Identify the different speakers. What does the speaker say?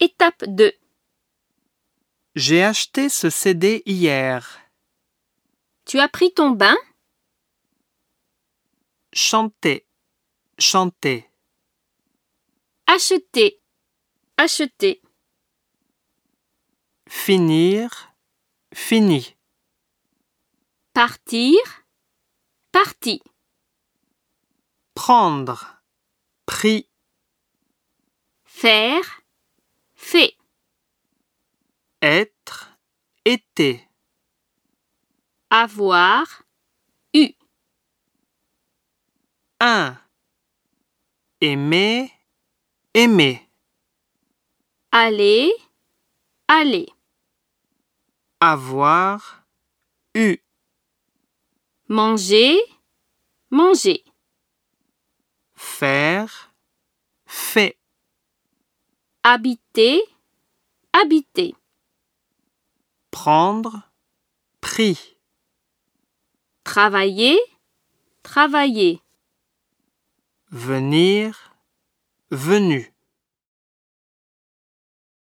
Speaker 1: Étape 2.
Speaker 2: J'ai acheté ce CD hier.
Speaker 1: Tu as pris ton bain
Speaker 2: Chanter, chanter,
Speaker 1: Acheter. Acheter.
Speaker 2: finir, fini,
Speaker 1: Partir. Parti.
Speaker 2: prendre, pris,
Speaker 1: Faire. Fait.
Speaker 2: être, été,
Speaker 1: Avoir.
Speaker 2: un, aimer, aimer,
Speaker 1: Aller. Aller.
Speaker 2: avoir, eu,
Speaker 1: Manger. Manger.
Speaker 2: faire, fait,
Speaker 1: Habiter. Habiter.
Speaker 2: prendre, pris,
Speaker 1: Travailler. Travailler.
Speaker 2: venir, venu.